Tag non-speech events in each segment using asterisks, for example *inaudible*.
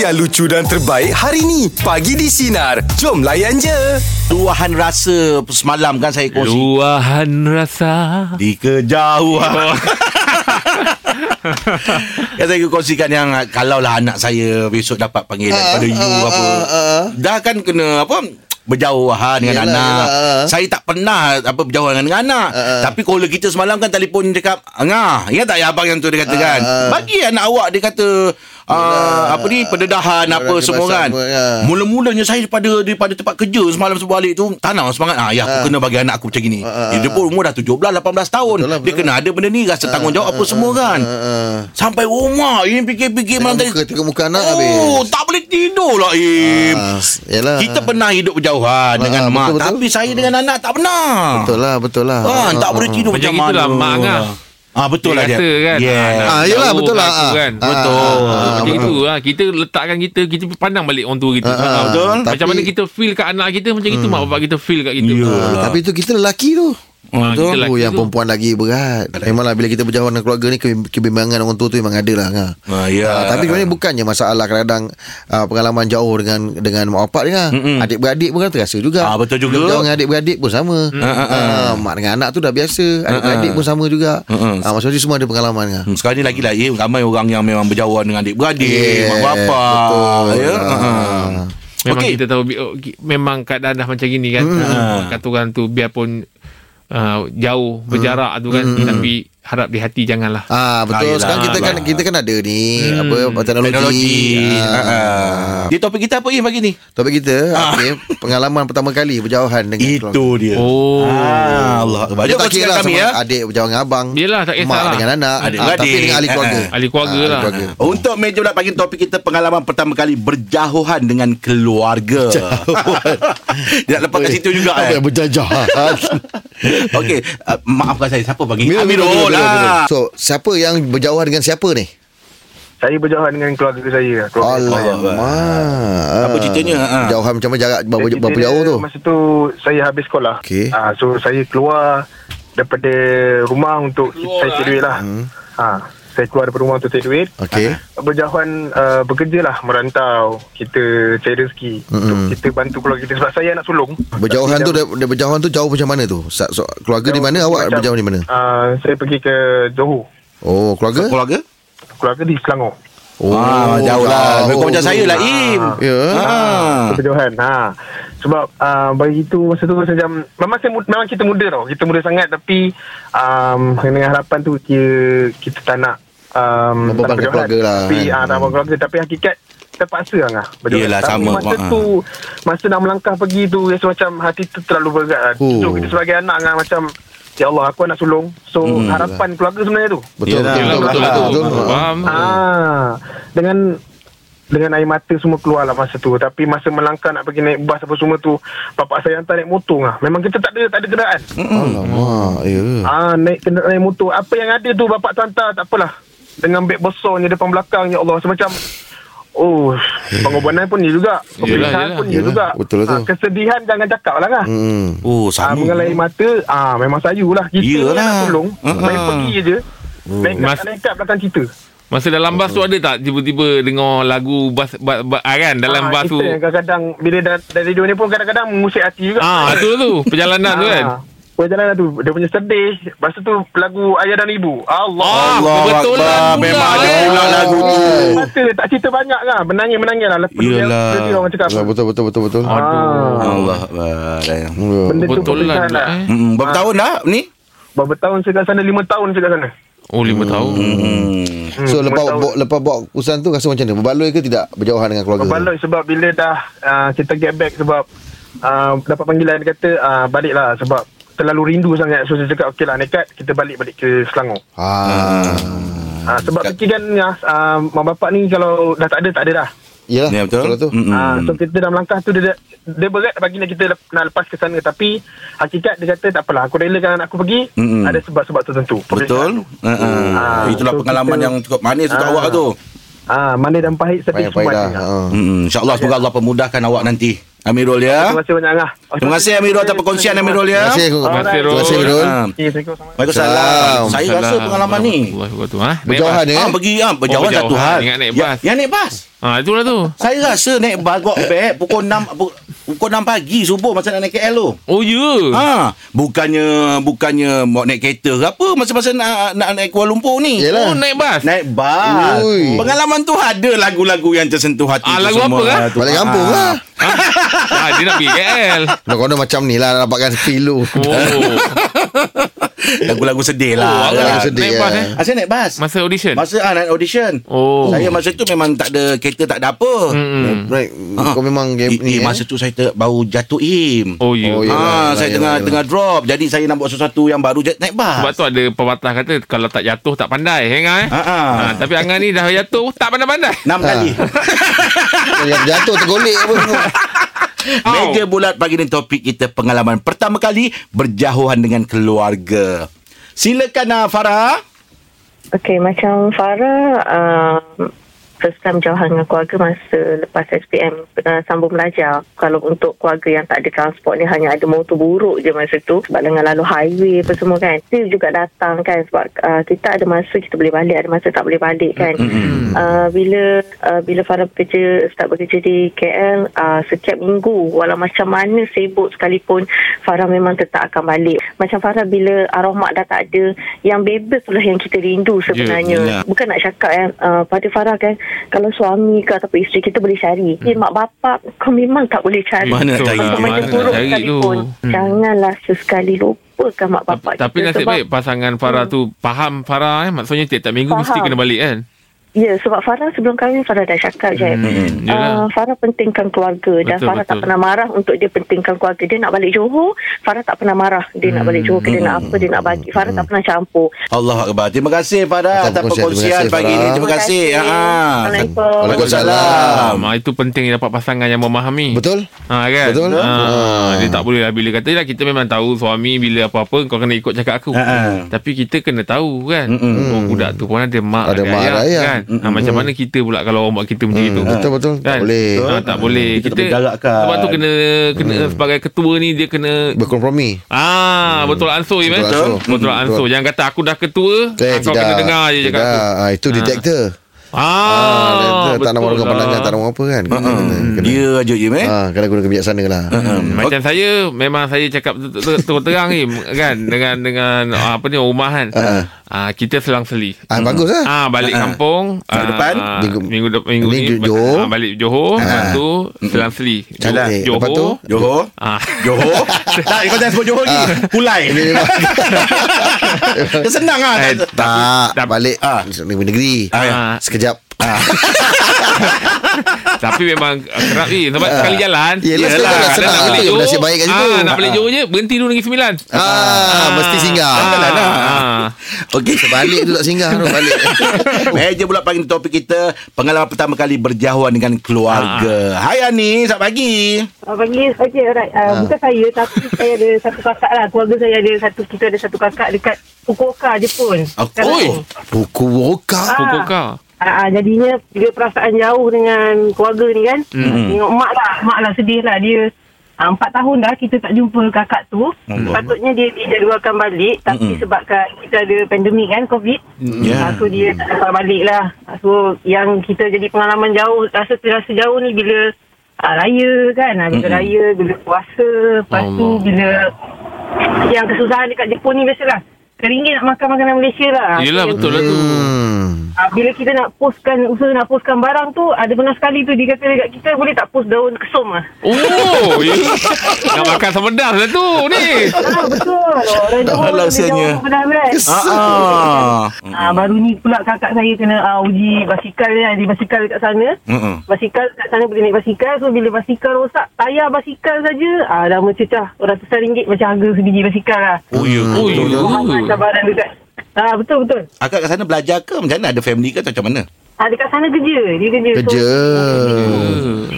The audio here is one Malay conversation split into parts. yang lucu dan terbaik hari ni. Pagi di Sinar. Jom layan je. Luahan rasa semalam kan saya kongsi. Luahan rasa Di kejauhan. Kan saya kongsikan *laughs* yang kalaulah anak saya besok dapat panggilan Ah, pada you apa. Dah kan kena apa berjauhan dengan Yelah, ah. anak. yelah. Saya tak pernah apa berjauhan dengan anak. Tapi caller kita semalam kan telefon cakap, "Angah, ingat tak ya abang yang tu dia kata Ah, kan? Bagi anak awak dia kata Uh, apa ni pendedahan apa Orang semua kan kebasan pun, ya. mula-mulanya saya daripada daripada tempat kerja semalam sebalik tu tanam semangat ah ya aku kena bagi anak aku macam gini ah, dia, dia pun umur dah 17 18 tahun Betul lah, Ah, dia betul kena ada benda ni rasa tanggungjawab apa semua kan Uh, Sampai rumah Ini fikir-fikir malam tadi muka, tengok muka anak Oh habis. tak boleh tidur lah Im Ah, yalah. Kita pernah hidup berjauhan Dengan betul, mak betul. Tapi saya dengan anak tak pernah Betul lah, betul lah. Ah, Tak boleh tidur Macam macam itulah mana mak Angah. Ah betul lah dia. Dia kata kan Yeah. anak Ah, yelah, jauh betul lah, aku ah. kan. Ah, Betul. Ah, Macam itu lah Kita letakkan kita Kita pandang balik orang tua kita ah, Ah, betul. Macam Tapi- Hmm. mana kita feel kat anak kita Macam itu mak bapak kita feel kat kita Yelah. Ah, Ah, Tapi tu kita lelaki tu. Ah, kita Betul. lelaki Oh, yang tu. perempuan lagi berat. Memanglah bila kita berjauhan dengan keluarga ni kebim- kebimbangan orang tua tu memang ada lah. Ha. Ah, ya. Ah, tapi sebenarnya bukannya masalah kadang-kadang ah, pengalaman jauh dengan dengan mak bapak ni kan. Adik-beradik pun kan terasa juga. Ah, betul juga. Bila Jauh dengan adik-beradik pun sama. Ah, mak dengan anak tu dah biasa. Adik-beradik pun sama juga. Ah, maksudnya semua ada pengalaman kan. Hmm, Sekarang ni lagi lah Im, Ramai orang yang memang berjauhan Dengan adik-beradik Yeah, Mak bapak betul. ya? Ah. Ah. Memang Okey. okay. kita tahu bi- oh, ki- Memang keadaan dah macam gini kan Ah. hmm. Kata orang tu Biarpun uh, Jauh Berjarak tu kan Tapi Harap di hati janganlah Hmm. Ah Ah, betul yelah. sekarang kita kan Yelah. kita kan ada ni apa teknologi. Mm. Teknologi Ah. Ah. Dia topik kita apa Im pagi ni? Topik kita okay, pengalaman pertama kali berjauhan dengan Ah. keluarga. Itu dia Oh Ah, Allah. Jom kongsikan tak kira lah kami sama ya. adik berjauhan dengan abang. Yelah, tak kisah mak lah. dengan anak. Adik Ah, tapi beradik. dengan ahli keluarga. Ah, Oh, ah. Ahli keluarga lah. Untuk meja bulat pagi topik kita pengalaman pertama kali berjauhan dengan keluarga. *laughs* Dia nak lepas kat situ juga eh. Apa yang *laughs* berjajahan? Okey, uh, maafkan saya siapa bagi? Amirul lah. So, siapa yang berjauhan dengan siapa ni? Saya berjauhan dengan keluarga saya. Keluarga saya. Alamak. Apa ceritanya? Ha. Ah. Berjauhan macam mana jarak berapa, Jadi berapa bila jauh tu? Masa tu saya habis sekolah. Okey. Ah, so saya keluar daripada rumah untuk Keluar saya lah, cari duit lah. Hmm. Ah, saya keluar daripada rumah untuk cari duit. Okey. Berjauhan uh, bekerja lah merantau. Kita cari rezeki. Untuk kita bantu keluarga kita sebab saya anak sulung. Hmm, Berjauhan Tapi tu dah- dia- dia berjauhan tu jauh macam mana tu? Sa- So, keluarga di mana macam- awak berjauhan di mana? Ah, saya pergi ke Johor. Oh, keluarga? Keluarga? Keluarga di Selangor. Ah. Oh, ah, jauh lah. Kau macam saya lah, Im. Ya. Ah. Perjohan ha. Sebab uh, Bagi itu Masa tu saya macam Memang, saya, mu- memang kita muda tau Kita muda sangat Tapi um, Dengan harapan tu Kita, kita tak nak um, Membebankan tak nak berjohan. keluarga lah, Tapi kan? ah, tak nak keluarga Tapi hakikat Terpaksa lah berjohan. Yelah, Tapi sama, Masa Mak, tu Masa nak melangkah pergi tu Rasa macam Hati tu terlalu berat lah. Oh. Jujur kita sebagai anak kan, Macam Ya Allah aku anak sulung So harapan keluarga sebenarnya tu Betul, Yelah, Ah, betul, Yelah, betul, betul, lah. betul, betul. Faham Ah, dengan dengan air mata semua keluar lah masa tu tapi masa melangkah nak pergi naik bas apa semua tu bapak saya hantar naik motor lah memang kita tak ada tak ada kenderaan Alamak, ya. ah naik kena naik motor apa yang ada tu bapak tu hantar tak apalah dengan beg besarnya depan belakang ya Allah macam Oh, pengorbanan pun ni juga. yelah, Pemilihan pun ni yelah. juga. Betul tu. Ah, kesedihan jangan cakap lah kan. Hmm. Oh, Ah, sama. mengenai mata, ah memang sayulah. Kita Yelah. nak tolong. Uh-uh. Saya pergi je. Naik kat, Mas- naik kat belakang kita. Masa dalam bas tu ada tak Tiba-tiba dengar lagu bas, bas, bas, ah, kan Dalam Ah, bas kita tu yang kadang-kadang bila dah, dah radio ni pun kadang-kadang mengusik hati juga. *laughs* Ah, tu tu Perjalanan tu kan Ah. Perjalanan lah tu Dia punya sedih Lepas tu lagu Ayah dan Ibu Allah Ah, Ah, Allah kebetulan Akbar. pula, Memang ada lah. eh. ulang lagu tu. Mata tak cerita banyak kan Menangis-menangis lah Lepas tu dia- Yelah. dia tengok orang cakap apa. Betul, Lah, betul, betul, betul, betul. Ah, Allah Akbar. Ya. Benda Kebetulan tu perpisahan pula, lah eh. Hmm, berapa tahun dah ni? Berapa tahun saya kat sana Lima tahun saya kat sana Oh lima tahun Hmm. Hmm, So lima lepas tahun. bawa, lepas bawa urusan tu rasa macam mana? Berbaloi ke tidak berjauhan dengan keluarga? Berbaloi sebab bila dah uh, Kita get back sebab uh, Dapat panggilan dia kata uh, Baliklah sebab Terlalu rindu sangat So saya cakap Okey lah nekat Kita balik-balik ke Selangor Ha. Ah. Ah, Hmm, sebab fikiran ya, ah, mak bapak ni kalau dah tak ada tak ada dah. Yalah, Ya betul. Kalau tu. Mm-mm. Ah, so kita dah melangkah tu dia dia berat bagi nak kita lep- nak lepas ke sana tapi hakikat dia kata tak apalah aku relakan anak aku pergi Mm-mm. ada sebab-sebab tertentu. Hmm. Betul. Ha, ha. Ah, Itulah so pengalaman kita- yang cukup manis untuk Ah. awak tu. Ah, mana dan pahit sedih Payah-payah semua dah. ada. Ha. Hmm, InsyaAllah semoga Allah pemudahkan awak nanti Amirul ya. Terima kasih banyak lah. Angah. Terima kasih Amirul atas perkongsian Amirul Terima ya. kasih Terima kasih, Terima kasih Ah. Rul Okay, Assalamualaikum. Waalaikumsalam. Saya rasa Assalamualaikum pengalaman ni. warahmatullahi wabarakatuh. Ha? Naik Berjauhan bas. eh Ah pergi ah berjauhan Oh, satu berjauhan. hal. Ingat naik Ya- bas. Yang naik bas. Ah itulah tu. Saya rasa naik bas got back eh, pukul 6 pukul 6 pagi subuh masa nak naik KL tu. Oh ya. Yeah. Ha, bukannya bukannya mau naik kereta ke apa masa-masa nak, nak naik Kuala Lumpur ni. Yelah. Oh naik bas. Naik bas. Ui. Pengalaman tu ada lagu-lagu yang tersentuh hati Ah, tu lagu semua. apa kan? tu. Balik kampung Ah. lah ah, dia nak pergi KL. Nak kono macam ni lah Dapatkan kilo Oh. *laughs* Lagu-lagu sedih lah. Oh, awak Kan? awak sedih, naik bas ya. eh. Ah, saya naik bas. Masa audition. Masa ah, naik audition. Oh. Saya masa tu memang tak ada kereta, tak ada apa. Mm-mm. Right Ah. Kau memang game Eh, eh, ni eh. masa tu saya ter, baru jatuh im. Oh ya. Oh, Yeah. ya. ah, Yelah, saya yelah, tengah yelah. tengah drop. Jadi saya nak buat sesuatu yang baru je- naik bas. Sebab tu ada pepatah kata kalau tak jatuh tak pandai, eh Angah eh. Ah, ah. Ah, tapi Angah ni dah jatuh tak pandai-pandai. Ah. Enam *laughs* kali. Yang jatuh tergolek apa semua Meja bulat pagi ni topik kita pengalaman pertama kali berjauhan dengan keluarga. Silakan ah, Farah. Okay, macam Farah, uh, first time jauhan dengan keluarga masa lepas SPM uh, sambung belajar. Kalau untuk keluarga yang tak ada transport ni hanya ada motor buruk je masa tu. Sebab dengan lalu highway apa semua kan. Dia juga datang kan sebab uh, kita ada masa kita boleh balik, ada masa tak boleh balik kan. Mm-hmm. Uh, bila uh, bila Farah bekerja, start bekerja di KL, uh, setiap minggu walau macam mana sibuk sekalipun Farah memang tetap akan balik. Macam Farah bila arwah mak dah tak ada, yang bebas lah yang kita rindu sebenarnya. Ya, ya. Yeah. Bukan nak cakap kan uh, pada Farah kan kalau suami ke ataupun isteri kita boleh cari. Eh mak bapak kau memang tak boleh cari. Mana nak Betul cari? lah, Macam Mm. Mana mana nak cari tu. buruk Mm. sekalipun. Hmm. Janganlah sesekali lupakan mak bapak Tapi kita. nasib Sebab- Hmm. baik pasangan Farah tu faham Farah eh. Maksudnya tiap-tiap minggu mesti Faham. kena balik kan. Ya, sebab Farah sebelum kahwin Farah dah cakap je. Hmm, yelah. uh, Farah pentingkan keluarga dan Betul, Farah tak betul. pernah marah untuk dia pentingkan keluarga. Dia nak balik Johor, Farah tak pernah marah. Dia nak balik Johor, ke dia nak Hmm. apa, dia nak bagi. Farah tak pernah campur. Allah Akbar. Terima kasih Farah atas Atas perkongsian perkongsian. Terima kasih, pagi ini. Farah. Terima kasih. Ah. Assalamualaikum. Waalaikumsalam. Um, itu penting dapat pasangan yang memahami. Betul Ha kan? Betul. Ha, Ah. Dia tak boleh lah bila kata lah kita memang tahu suami bila apa-apa kau kena ikut cakap aku. Ha, Ah, ha. Tapi kita kena tahu kan. Mm-mm. Oh budak tu pun ada mak Ada mak, ada ayah. kan. Ha, macam mana kita pula kalau orang buat kita macam itu. Hmm, Betul betul Kan? Tak boleh ha, Tak boleh Kita tak boleh jarakkan. Sebab tu kena kena Sebagai ketua ni Dia kena Berkompromi Ah, betul ansur Betul Hmm. Betul ansur. Betul Hmm, ansur. betul. Jangan kata aku dah ketua, Eh, ah, kau kena dengar je cakap Tidak. aku. Ah, itu detektor. Ah, Ah, tak nak orang betul pandang, lah. tak nak apa kan. Kena, kena, kena. Hmm, Dia aja je eh. Ah, kena guna kebijaksanaan lah. Hmm, Macam saya Memang saya cakap ter- ter- Terus terang ni Kan Dengan dengan ah, Apa ni Rumah kan Ah. ah, Kita selang seli Ah, bagus lah. Ah balik kampung Minggu depan? minggu Minggu- minggu, de- minggu Minggu ni Johor. ah, balik Johor lepas tu Selang Seli Jalan. Eh, lepas tu? Johor Johor. ah Johor. *laughs* Ah. tak kau jangan sebut Johor lagi. Pulai. Dia senang ah. Eh, Tak- Tak, tak- balik ah. negeri. Ah, ya. Ah. Sekejap. Tapi memang uh, kerap ni Sebab sekali jalan Ah. Yelah, sekali Yelah, jalan, kadang senang. nak beli Itu yang Johor, nasib baik kat situ. ah, Nak beli Johor je Berhenti dulu negeri sembilan Ah, mesti singgah. ah, lah. ah. Okey, Balik tu tak singgah tu balik. Meja Eh, pula pagi ni topik kita pengalaman pertama kali berjauhan dengan keluarga. Hai Ani, selamat pagi. Uh, pagi, okey, alright. Uh, Bukan saya, tapi *laughs* saya ada satu kakak lah. Keluarga saya ada satu, kita ada satu kakak dekat Fukuoka, Jepun. Oh, Oi Buku woka. Fukuoka Uh, jadinya, dia perasaan jauh dengan keluarga ni kan. Mm. Tengok mak lah, mak lah sedih lah. Dia ah, empat tahun dah kita tak jumpa kakak tu. Allah. Patutnya dia dijadualkan balik. Mm-mm. Tapi sebabkan kita ada pandemik kan, COVID. Ya. Yeah. So, dia tak dapat balik lah. Ah, So, yang kita jadi pengalaman jauh, rasa terasa jauh ni bila uh, raya kan. Ah, Bila raya, bila puasa. Lepas tu, Allah. bila yang kesusahan dekat Jepun ni biasalah. Keringgit nak makan makanan Malaysia lah. Yelah So, betul lah tu Hmm. Ah, bila kita nak postkan usaha nak postkan barang tu ada pernah sekali tu dia kata dekat kita boleh tak post daun kesum ah. Oh ya. Nak makan semedas lah tu Ni Ah *laughs* betul. Orang Tak halal sianya. Ah, Ah, ah. ah, baru ni pula kakak saya kena ah, uji basikal dia di basikal dekat sana. Mm-mm. Basikal kat sana boleh naik basikal So bila basikal rosak Tayar basikal saja ah, Dah mencecah Ratusan ringgit Macam harga sebiji basikal lah Oh ya. Oh betul ya lah. Hmm. Cabaran dekat ah, Betul betul Akak kat sana belajar ke macam mana? Ada family ke atau macam mana? ah, Dekat sana kerja Dia kerja Kerja. So,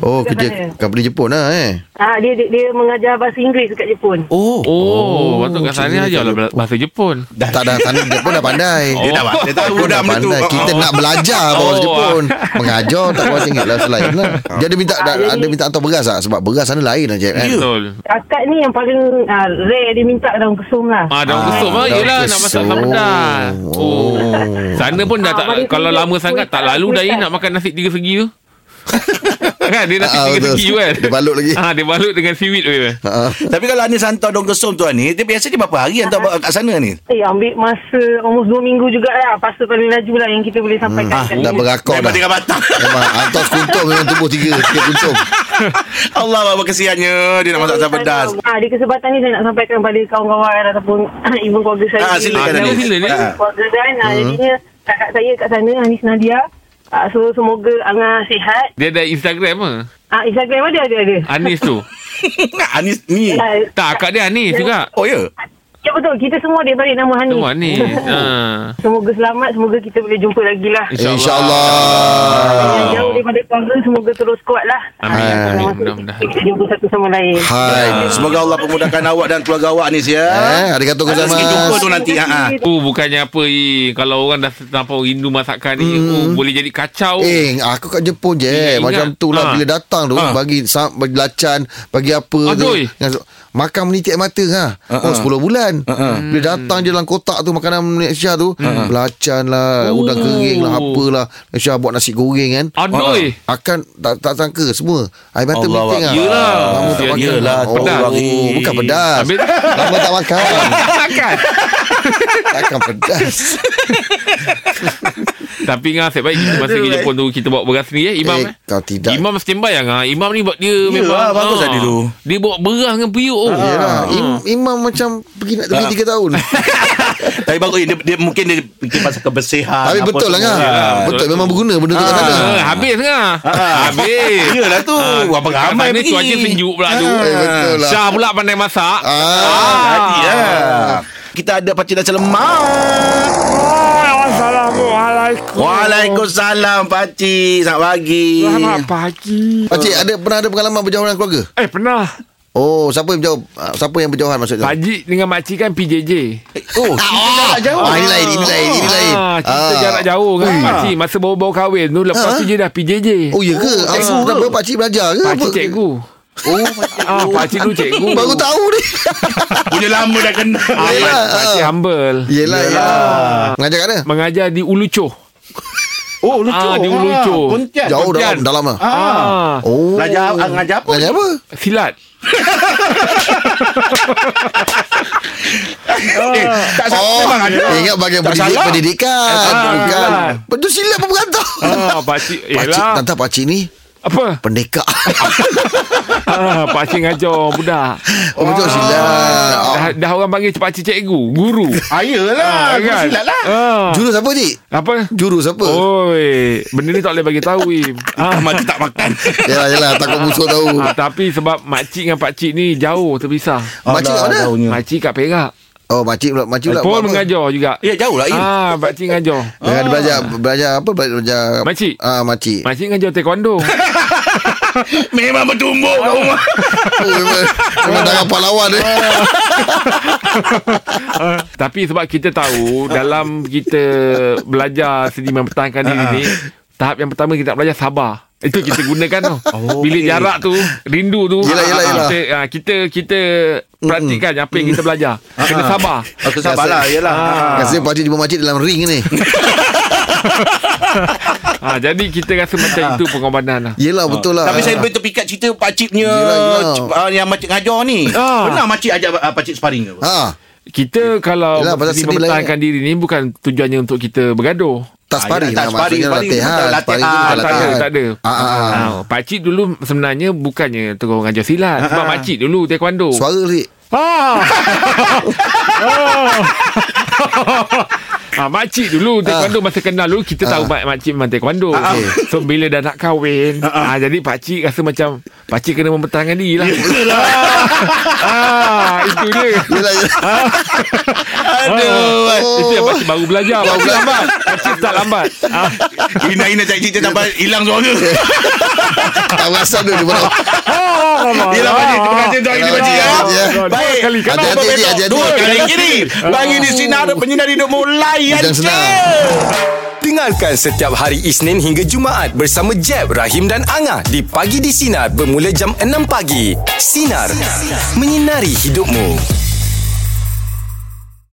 Oh, Dekat kerja mana? company Jepun lah eh. Ah, dia, dia dia mengajar bahasa Inggeris dekat Jepun. Oh. Oh, patut kat sana ajar lah bahasa Jepun. Tak dah Sana dia pun dah pandai *laughs* Dia dah dia tahu Pun dah dah benda tu. pandai Kita nak belajar Oh, Bahasa ah. Jepun Mengajar tak bahasa Inggeris lah Selain lah Dia ada minta Ah, jadi- Ada minta hantar beras tak Sebab beras sana lain lah Jeb kan Ya. Betul. Kakak ni yang paling uh, rare dia minta daun kesum lah. Ah, Ah, daun kesum ah, daun yelah nak kesum. masak sambal pedas. Oh. Sana pun dah Ah, tak mari kalau tunjuk lama kuih sangat tak tak, lalu kuih dah tak. nak makan nasi tiga segi tu. *laughs* kan dia nasi Ah, tiga betul. segi tu kan. Dia balut lagi. Ah, dia balut dengan seaweed tu. je. Ah, Tapi kalau Anis hantar dong kesum tu ni, dia biasa dia berapa hari hantar kat sana ni? Eh, ambil masa almost 2 minggu jugalah. Pasal paling laju lah yang kita boleh sampaikan. Hmm. Dah berakor dah Daripada kat Batam. Memang Hantar sekuntum Memang tubuh tiga Tiga kuntum Allah apa kesiannya dia nak masak sambal pedas. Ah, di kesempatan ni saya nak sampaikan pada kawan-kawan ataupun *clears throat* even keluarga Ah, saya. silakan, sendiri. Anis. Sila, sila, Anis. Keluarga kan. Ah, jadinya kakak saya kat sana, Anis Nadia. Ah, so, semoga Angah sihat. Dia ada Instagram ah. Ah, Instagram ada, ada, ada. Anis tu. Nak Anis ni. Ah, tak, akak dia Anis juga. Oh ya. Ya betul, kita semua dia balik nama Hanis. Tu *laughs* *laughs* Anis. Ha. Semoga selamat, semoga kita boleh jumpa lagi lah. InsyaAllah Yang jauh daripada keluarga, semoga terus kuat lah. Amin, Ah, amin. masa Mudah-mudahan. Kita jumpa satu sama lain. Hai Semoga Allah permudahkan awak dan keluarga awak Anis ya. Eh, ada kata Ada rezeki jumpa Kuzamas tu nanti. Ha. ha. Oh bukannya apa eh. Kalau orang dah terlampau rindu masakan ni hmm. oh, Boleh jadi kacau Eh, aku kat Jepun je. Ingat, ingat. Macam tu lah Ha. Ah, bila datang tu Ha. bagi sam, bagi lacan, bagi apa Adoi. tu. Dengan- Makan menitik mata ha. Ha, Oh, ha. 10 bulan. ha. Bila datang je dalam kotak tu makanan Malaysia tu, belacan lah, udang Oh. Ah, kering lah, apalah. Malaysia buat nasi goreng kan. Aduh Akan tak, tak sangka semua Air mata Ha, Allah menitik Allah. lah Yelah. Lama tak Ya, makan yelah, oh, pedas. oh, Bukan pedas Habis *laughs* Lama tak makan Makan Takkan pedas Tapi ngah asyik baik kita Masa ke Jepun tu Kita bawa beras sendiri eh Imam Eh, eh, kalau tidak Imam standby yang ah. Imam ni buat dia Ya, ah, memang bagus lah dia tu. Dia bawa beras dengan periuk oh. Yelah, im, Imam macam pergi nak Ah. tepi 3 tahun Tapi bagus dia, dia mungkin dia fikir pasal kebersihan. Tapi apa betul lah semua. kan Betul memang berguna benda tu kat sana Ah, habis ngah. *laughs* Habis. Yelah tu. Apa ramai ni pergi. cuaca sejuk pula tu. Eh, betul lah. Syah pula pandai masak. Ah, Jadi ya. Kita ada Pakcik Nasi Lemak. Assalamualaikum. Waalaikumsalam Pakcik. Selamat pagi. Selamat pagi. Pakcik ada pernah ada pengalaman berjauhan dengan keluarga? Eh pernah Oh, siapa yang berjauh? ah, Siapa yang berjauhan maksudnya? Pak Cik dengan Mak Cik kan PJJ *laughs* Oh, jarak jauh. Ah, ini lain, ini lain, ini lain. ah, Kita jarak jauh kan Pak Cik masa baru-baru kahwin tu Lepas tu dia dah PJJ Oh, ya ke? Oh, cikgu Kenapa ke? pakcik belajar ke? Pak Apa? Cik cikgu Oh, Ah, Pak Cik tu *laughs* cikgu baru tahu ni. punya lama dah kenal. ah, Pak Yelah, Pak Cik humble Yelah, yelah. Mengajar kat mana? Mengajar di Ulucoh Oh, Ah, dia lucu. Pontian. Jauh Pontian. dalam, dalam lah. ah. Oh. Belajar- ah, ngajar apa? Ngajar apa? Silat Eh, tak salah Oh, memang ada. ingat bagian Tak pendidik, salah. pendidikan. Ah, Bukan. salah. Betul silap apa berantau? ah, Pak Cik Pakcik, Yelah tante pakcik ni Apa pendekar. ah, Pak Cik ngajar budak Ah. Oh, betul Ah, silap. dah, dah orang panggil Pak Cik cikgu Guru Ah, yelah. Guru silat lah. ah. Jurus apa, cik? Apa Jurus apa? Oh. Oi, benda ni tak boleh bagi tahu. Im. Ah, Mati tak makan. Yalah, yalah. Takut musuh *laughs* tahu. ah, tapi sebab makcik dengan pakcik ni jauh terpisah. Makcik kat Alah, mana? jauhnya. Makcik kat Perak. Oh, makcik pula. Makcik pula. Pun buat apa? mengajar juga. Ya, jauh lah. Il. Ah, makcik mengajar. Jangan ah. belajar belajar apa belajar Makcik. Ah makcik. Makcik mengajar taekwondo. Memang bertumbuk kat *laughs* rumah. Oh, memang memang tak apa lawan eh. tapi sebab kita *laughs* tahu dalam kita belajar seni mempertahankan diri ni, Ah. tahap yang pertama kita nak belajar sabar. Itu kita gunakan *laughs* tu. Bila jarak tu, rindu tu. Oh, Yelah, yelah, yelah. Kita, ah, kita kita praktikan apa yang kita belajar. Ah. Kena sabar. Aku lah. sabarlah. Yelah. Rasanya pakcik jumpa makcik dalam ring ni. Ha, jadi kita rasa macam Ah. itu pengorbanan lah. Yelah betul lah. Tapi saya boleh terpikat cerita pakcik punya Yelah, yelah. c- ah, yang makcik ngajar ni. Ah. Pernah makcik ajak ah, pakcik sparring ke? Ha, Kita kalau Yelah, Yelah, pasal seni kan. mempertahankan diri ni bukan tujuannya untuk kita bergaduh. tak sparring yelah, lah tak sparring, maksudnya sparring latihan. bukan Sparring tu latihan. Ah, bukan tak ada, latihan. tak ada. Ah, ah, ah. Ah. Ah, pakcik dulu sebenarnya bukannya terus mengajar silat. Sebab makcik dulu taekwondo. Suara ni. Ah. *laughs* Ah, makcik dulu taekwondo masa kenal dulu kita tahu mak makcik memang taekwondo. Okey. So bila dah nak kahwin, ah, jadi pakcik rasa macam pakcik kena mempertahankan diri lah. *laughs* ah, itu dia. Yelah, yelah. Aduh. Itu yang pakcik baru belajar. Pakcik lambat. Pakcik start lambat. Ah. *laughs* *laughs* Ina-ina cakap cerita sampai hilang suara. Tak rasa tu dia pun. Yelah pakcik Terima kasih untuk ini pakcik ya. Ya. Baik Dua kali, kenapa Hati-hati, betul? hati-hati. Dua kali kiri Bagi di sinar Penyinar hidup mulai Bujang senang. Dengarkan setiap hari Isnin hingga Jumaat bersama Jeb, Rahim dan Angah di Pagi di Sinar bermula jam 6 pagi. Sinar. Menyinari hidupmu.